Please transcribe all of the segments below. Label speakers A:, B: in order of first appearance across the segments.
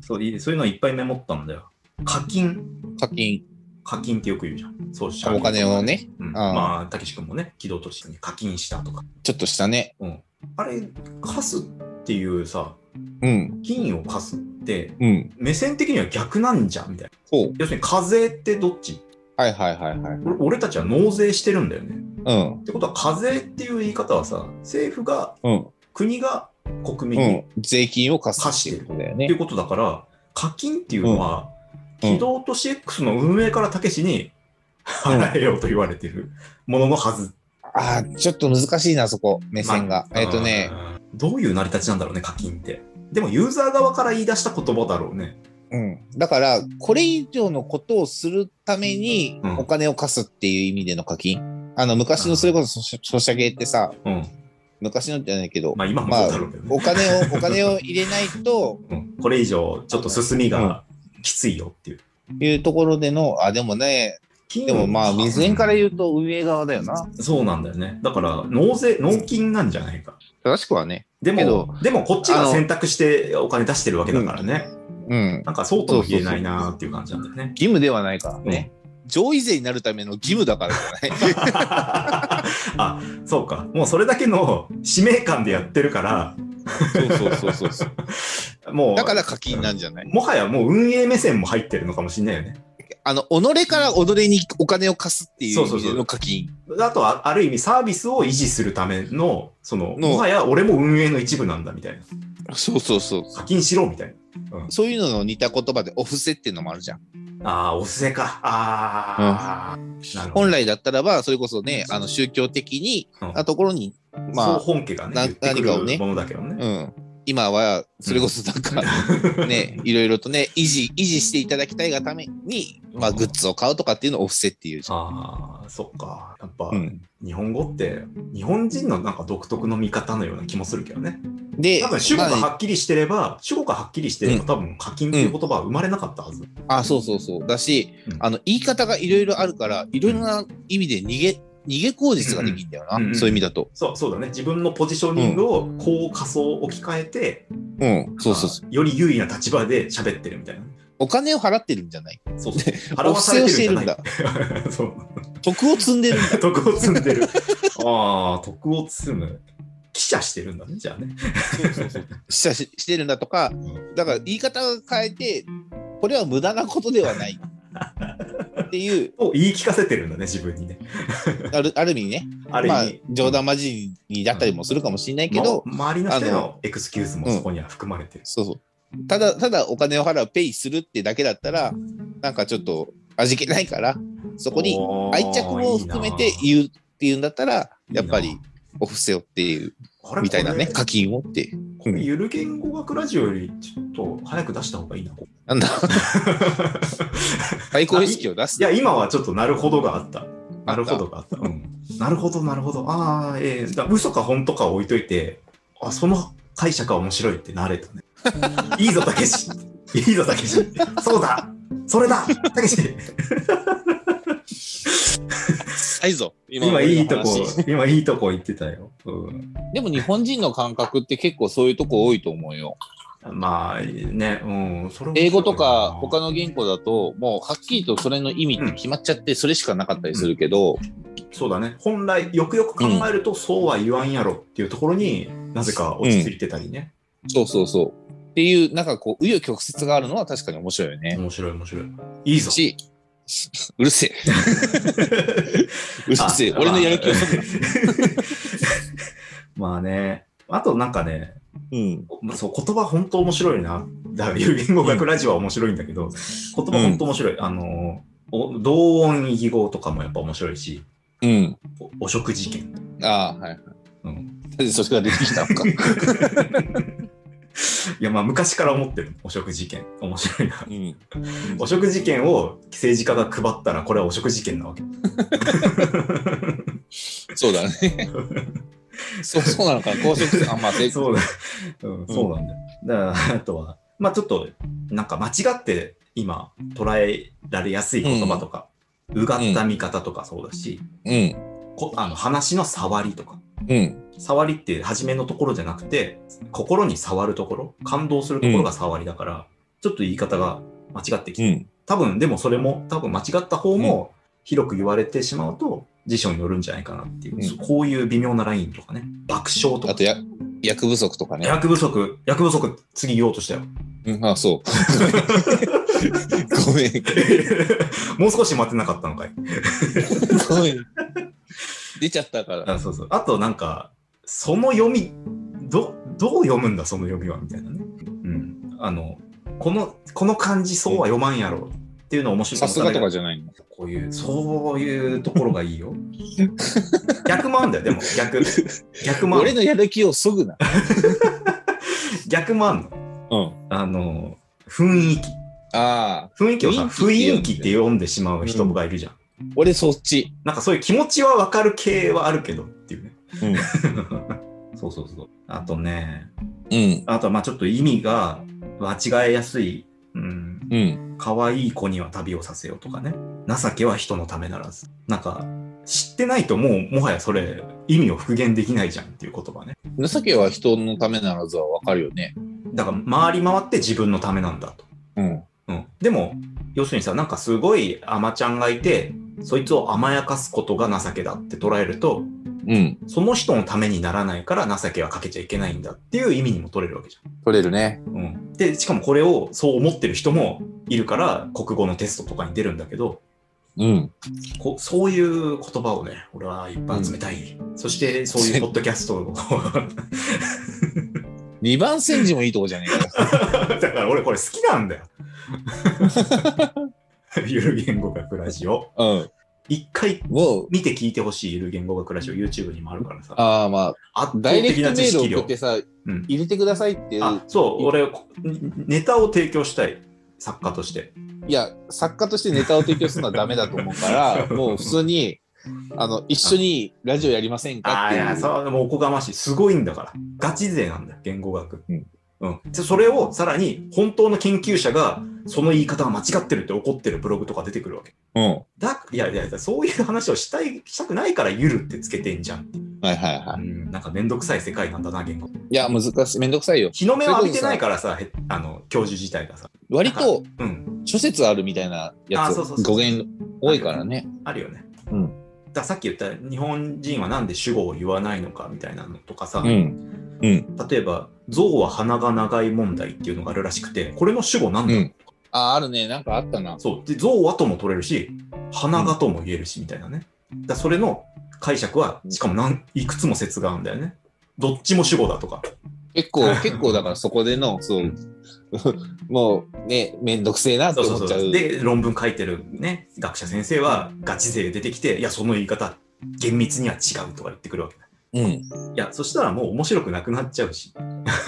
A: そういそういうのいっぱいメモったんだよ。課金、
B: 課金、
A: 課金ってよく言うじゃん。そうした
B: お金を。ね、
A: うん、
B: ああ
A: まあ、たけし君もね、軌道として課金したとか。
B: ちょっとしたね。
A: うん、あれ、貸すっていうさ、
B: うん、
A: 金を貸すって、
B: うん。
A: 目線的には逆なんじゃんみたいな。
B: ほう。
A: 要するに課税ってどっち
B: はいはいはいはい。
A: 俺俺たちは納税してるんだよね。
B: うん
A: っ、てことは課税っていう言い方はさ政府が
B: うん、
A: 国が国民
B: う
A: に、っ
B: ん。税金を貸すっていうことだよ
A: てい
B: ね。
A: うことだから課金っていうのは、
B: うん
A: 軌道と CX の運営からたけしに
B: うん
A: 払えようと言われてるもののはず。
B: ああ、ちょっと難しいな、そこ、目線が。
A: まあ
B: えっ、とね、。
A: うんどういう成り立ちなんだろうね、課金って。でもユーザー側から言い出した言葉だろうね。
B: うん。だから、これ以上のことをするために
A: うん、
B: お金を貸すっていう意味での課金。あの、昔のそれこそ、ソシャゲってさ、
A: うん。
B: 昔のじゃないけど、
A: まあ今もそうだろうけどね。
B: お金 を、お金を入れないと、
A: うんこれ以上、ちょっと進みがきついよっていう。
B: いうところでの、あ、でもね、
A: 金を
B: でもまあ、水縁から言うと運営側だよな。
A: そうなんだよね。だから、納税、納金なんじゃないか。
B: 正しくはね。
A: で
B: け
A: も
B: ど、
A: でもこっち
B: あ
A: が
B: の
A: 選択してお金出してるわけだからね。
B: うん。
A: なんかそうとも言えないなーっていう感じなんだよね。
B: 義務ではないからね。上位税になるための義務だからじゃない
A: あそうか。もうそれだけの使命感でやってるから、
B: そうそうそうそう。
A: もう、
B: だから課金なんじゃない
A: もはやもう運営目線も入ってるのかもしれないよね。
B: あの、己から己にお金を貸すっていう
A: そう
B: 意
A: そうそう
B: 味での課金。
A: あとは、ある意味サービスを維持するための、その、
B: の
A: もはや俺も運営の一部なんだみたいな。
B: そうそうそう。
A: 課金しろみたい
B: そういうのの似た言葉でお布施っていうのもあるじゃん。
A: な。ああー、お布施か。ああ、なるほど。
B: 本来だったらば、それこそね、あの宗教的に、
A: うん
B: なところに、
A: そう
B: まあ、
A: 本家がね、
B: な
A: 言ってく
B: 何かを
A: る
B: ね
A: ものだけどね。
B: うん。今は、それこそなんか、ね、いろいろとね、維持、維持していただきたいがために、まあ、グッズを買うとかっていうのをお布施っていうじゃ ん。
A: ああ、そっか。やっぱ、
B: うん、
A: 日本語って日本人のなんか独特の見方のような気もするけどね。
B: で、
A: 多分主語が
B: ま
A: はっきりしてれば、主語がはっきりしてれば、多分課金っていう言葉は生まれなかったはず。
B: あ、あ、そうそうそう。だし、
A: うん
B: あの、言い方がいろいろあるから、いろいろな意味で逃げ、逃げ口実ができるんだよな、
A: うんうん
B: そういう意味だと。
A: そうそうだね。自分のポジショニングをこう仮想を置き換えて、
B: うん、そうそうそう。
A: まあより優位な立場で喋ってるみたいな。
B: お金を払ってるんじゃない
A: そうそう。払わされてるんじゃない。 そう。
B: 徳を積んでるん だ。
A: 徳を積ん でる。ああ、徳を積む。記者してるんだね、じゃあね。
B: したししてるんだとか、だから言い方を変えて、これは無駄なことではない。っていう、
A: を言い聞かせてるんだね、自分にね。
B: あるある意味ね、
A: ある意
B: まあ
A: 味、、
B: 冗談交じりにだったりもするかもしれないけど、
A: ま周りの人へ
B: あ
A: のエクスキューズもそこには含まれてる。
B: そうそう。ただ、ただお金を払う、ペイするってだけだったら、なんかちょっと味気ないから、そこに
A: おー
B: 愛着も含め
A: い
B: て
A: いな
B: 言うっていうんだったら、
A: いいな
B: やっぱりお布施をっていう、
A: これ
B: みたいなね、
A: これ
B: 課金をって。
A: これゆる言語学ラジオよりちょっと早く出した方がいいな。こう
B: な んだ、対抗意識を出す
A: い。や、今はちょっとなるほどがあった。なるほどがあった。うん、なるほど、なるほど。ああ、ええだ嘘か本当か置いといて、あ、その解釈は面白いってなれた ね。いいぞ、たけし。いいぞ、たけし。そうだ。それだ。たけし。
B: はいぞ。
A: 今いいとこ
B: 俺の話、
A: 今いいとこ言ってたよ。うん
B: でも日本人の感覚って結構そういうとこ多いと思うよ。
A: まあね、うん、それ面白いな
B: 英語とか他の言語だと、もうはっきりとそれの意味って決まっちゃって、それしかなかったりするけど、
A: そうだね、本来、よくよく考えると、そうは言わんやろっていうところになぜか落ち着いてたりね。
B: そうそうそう。っていう、なんかこう、紆余曲折があるのは確かに面白いよね。
A: 面白い、面白い。いいぞ。
B: し、 うるせえ、うるせえ、
A: あ
B: 俺のやる気をそぐな。
A: まあね、あとなんかね、
B: うん。
A: そう言葉本当面白いな。だから、有言語学ラジオは面白いんだけど、言葉本当面白い。あの、お同音異義語とかもやっぱ面白いし、
B: うん。
A: おお食事券。
B: ああ、はい。
A: うん、
B: なぜそれが出てきたのか。
A: いや、まあ昔から思ってる。お食事券。面白いな。
B: うん。
A: 汚職事件を政治家が配ったらこれは汚職事件なわけ
B: そう だね。そう、そうなのかな。公職あ、まあ、で
A: そうだ、うん、そうなんだよ、だからあとはまあちょっとなんか間違って今捉えられやすい言葉とか、うがった見方とかそうだし、
B: うん。
A: こあの話の触りとか
B: うん。
A: 触りって初めのところじゃなくて心に触るところ感動するところが触りだから、ちょっと言い方が間違ってき
B: う
A: て、
B: ん。
A: 多分でもそれも多分間違った方も広く言われてしまうと辞書によるんじゃないかなっていう、
B: うん
A: こういう微妙なラインとかね爆笑と
B: あ
A: か
B: とや、役不足とかね。
A: 薬不足薬不足次言おうとしたよ
B: うん、あ、そう。ごめん。
A: もう少し待ってなかったのかい
B: ごめん。出ちゃったから。
A: あそうそうあとなんかその読みどどう読むんだその読みはみたいなねうんあのこのこの漢字そうは読まんやろっていうの面白い
B: さすがとかじゃないの。
A: こういう、そういうところがいいよ。 逆もあんだよ、でも逆。逆もあ
B: 俺
A: んの。
B: のやる気をそぐな。
A: 逆もあんの。
B: うん。
A: あの、雰囲気。
B: ああ、
A: 雰囲気をさ、
B: 雰
A: 雰
B: 囲
A: 囲
B: 気
A: 気
B: っ
A: ってて読んでしまう人がいるじゃん。
B: 俺そっち。
A: なんかそういう気持ちはわかる系はあるけどっていうね。
B: うん。
A: そうそうそう。あとね、
B: うん。
A: あとはまあちょっと意味が間違えやすい。うん。
B: うん。
A: 可愛い子には旅をさせようとかね。情けは人のためならず。なんか、知ってないともう、もはやそれ、意味を復元できないじゃんっていう言葉ね。
B: 情けは人のためならずはわかるよね。
A: だから回り回って自分のためなんだと。
B: うん。
A: うん、でも要するにさなんかすごい甘ちゃんがいてそいつを甘やかすことが情けだって捉えると
B: うん。
A: その人のためにならないから情けはかけちゃいけないんだっていう意味にも取れるわけじ
B: 取れるね
A: ゃ。ん。うん、でしかもこれをそう思ってる人もいるから国語のテストとかに出るんだけど
B: うん。
A: こそういう言葉をね俺はいっぱい集めたい、そしてそういうポッドキャストを
B: 二番煎じもいいとこじゃねえか。
A: だから俺これ好きなんだよ。 ゆる言語学ラジオ。
B: うん。
A: 一回
B: もう、
A: 見て聞いてほしいゆる言語学ラジオ YouTube にもあるからさ。
B: ああまあ、
A: 圧倒
B: ダイレク
A: 的
B: ト
A: な知
B: メール
A: 識
B: 送
A: 量
B: っ。てさ、
A: うん
B: 入れてくださいっていう。
A: あ、そう、俺、こネタを提供したい。作家として。
B: いや、作家としてネタを提供するのはダメだと思 うから、もう普通に、あの、一緒にラジオやりません
A: あ
B: かっ
A: あ、
B: て
A: い
B: い
A: や、
B: う。
A: そう、もうおこがましい。すごいんだから。ガチ勢なんだよ、言語学。
B: うん。
A: うん。でそれをさらに、本当の研究者が、その言い方が間違ってるって怒ってるブログとか出てくるわけ。
B: うん。
A: だ、いやいやいや、そういう話をしたい、したくないから、ゆるってつけてんじゃん。
B: はいはいは
A: う
B: い。
A: ん、なんかめんどくさい世界なんだな、言語。
B: いや、難しい。めんどくさいよ。
A: 日の目を浴びてないからさ、へあの、教授自体がさ。
B: 割と
A: うん。
B: 諸説あるみたいなや
A: あ
B: つ
A: そうそうそう
B: 語源多いからね。
A: あるよね。
B: うん
A: だからさっき言った日本人はなんで主語を言わないのかみたいなのとかさ、
B: うん。
A: 例えば「象は鼻が長い問題」っていうのがあるらしくてこれの主語なんだ、
B: うんあ、あるね。なんかあったな。
A: そうで象はとも取れるし鼻がとも言えるしみたいなねだからそれの解釈はしかもなんいくつも説があるんだよねどっちも主語だとか。
B: 結構、結構だからそこでの、そううん もうね、めんどくせえなっ
A: そ
B: て
A: うそう
B: 思っち
A: そ
B: ゃ
A: う
B: う。
A: で論文書いてるね学者先生はガチ勢出てきていやその言い方厳密には違うとか言ってくるわけだ
B: うん。
A: いやそしたらもう面白くなくなっちゃうし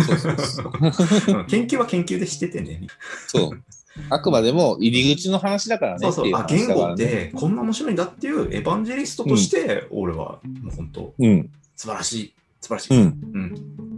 B: そうそうそう。
A: うん研究は研究でしててね。
B: そう。あくまでも入り口の話だからね。
A: そうそ
B: って
A: う
B: い。
A: あ、
B: 話
A: 言
B: だか
A: 語
B: ら
A: っ
B: ね。
A: てこんな面白いんだっていうエヴァンジェリストとして、俺はもう本当、
B: うん。
A: 素晴らしい。素晴らし
B: う
A: い。
B: ん。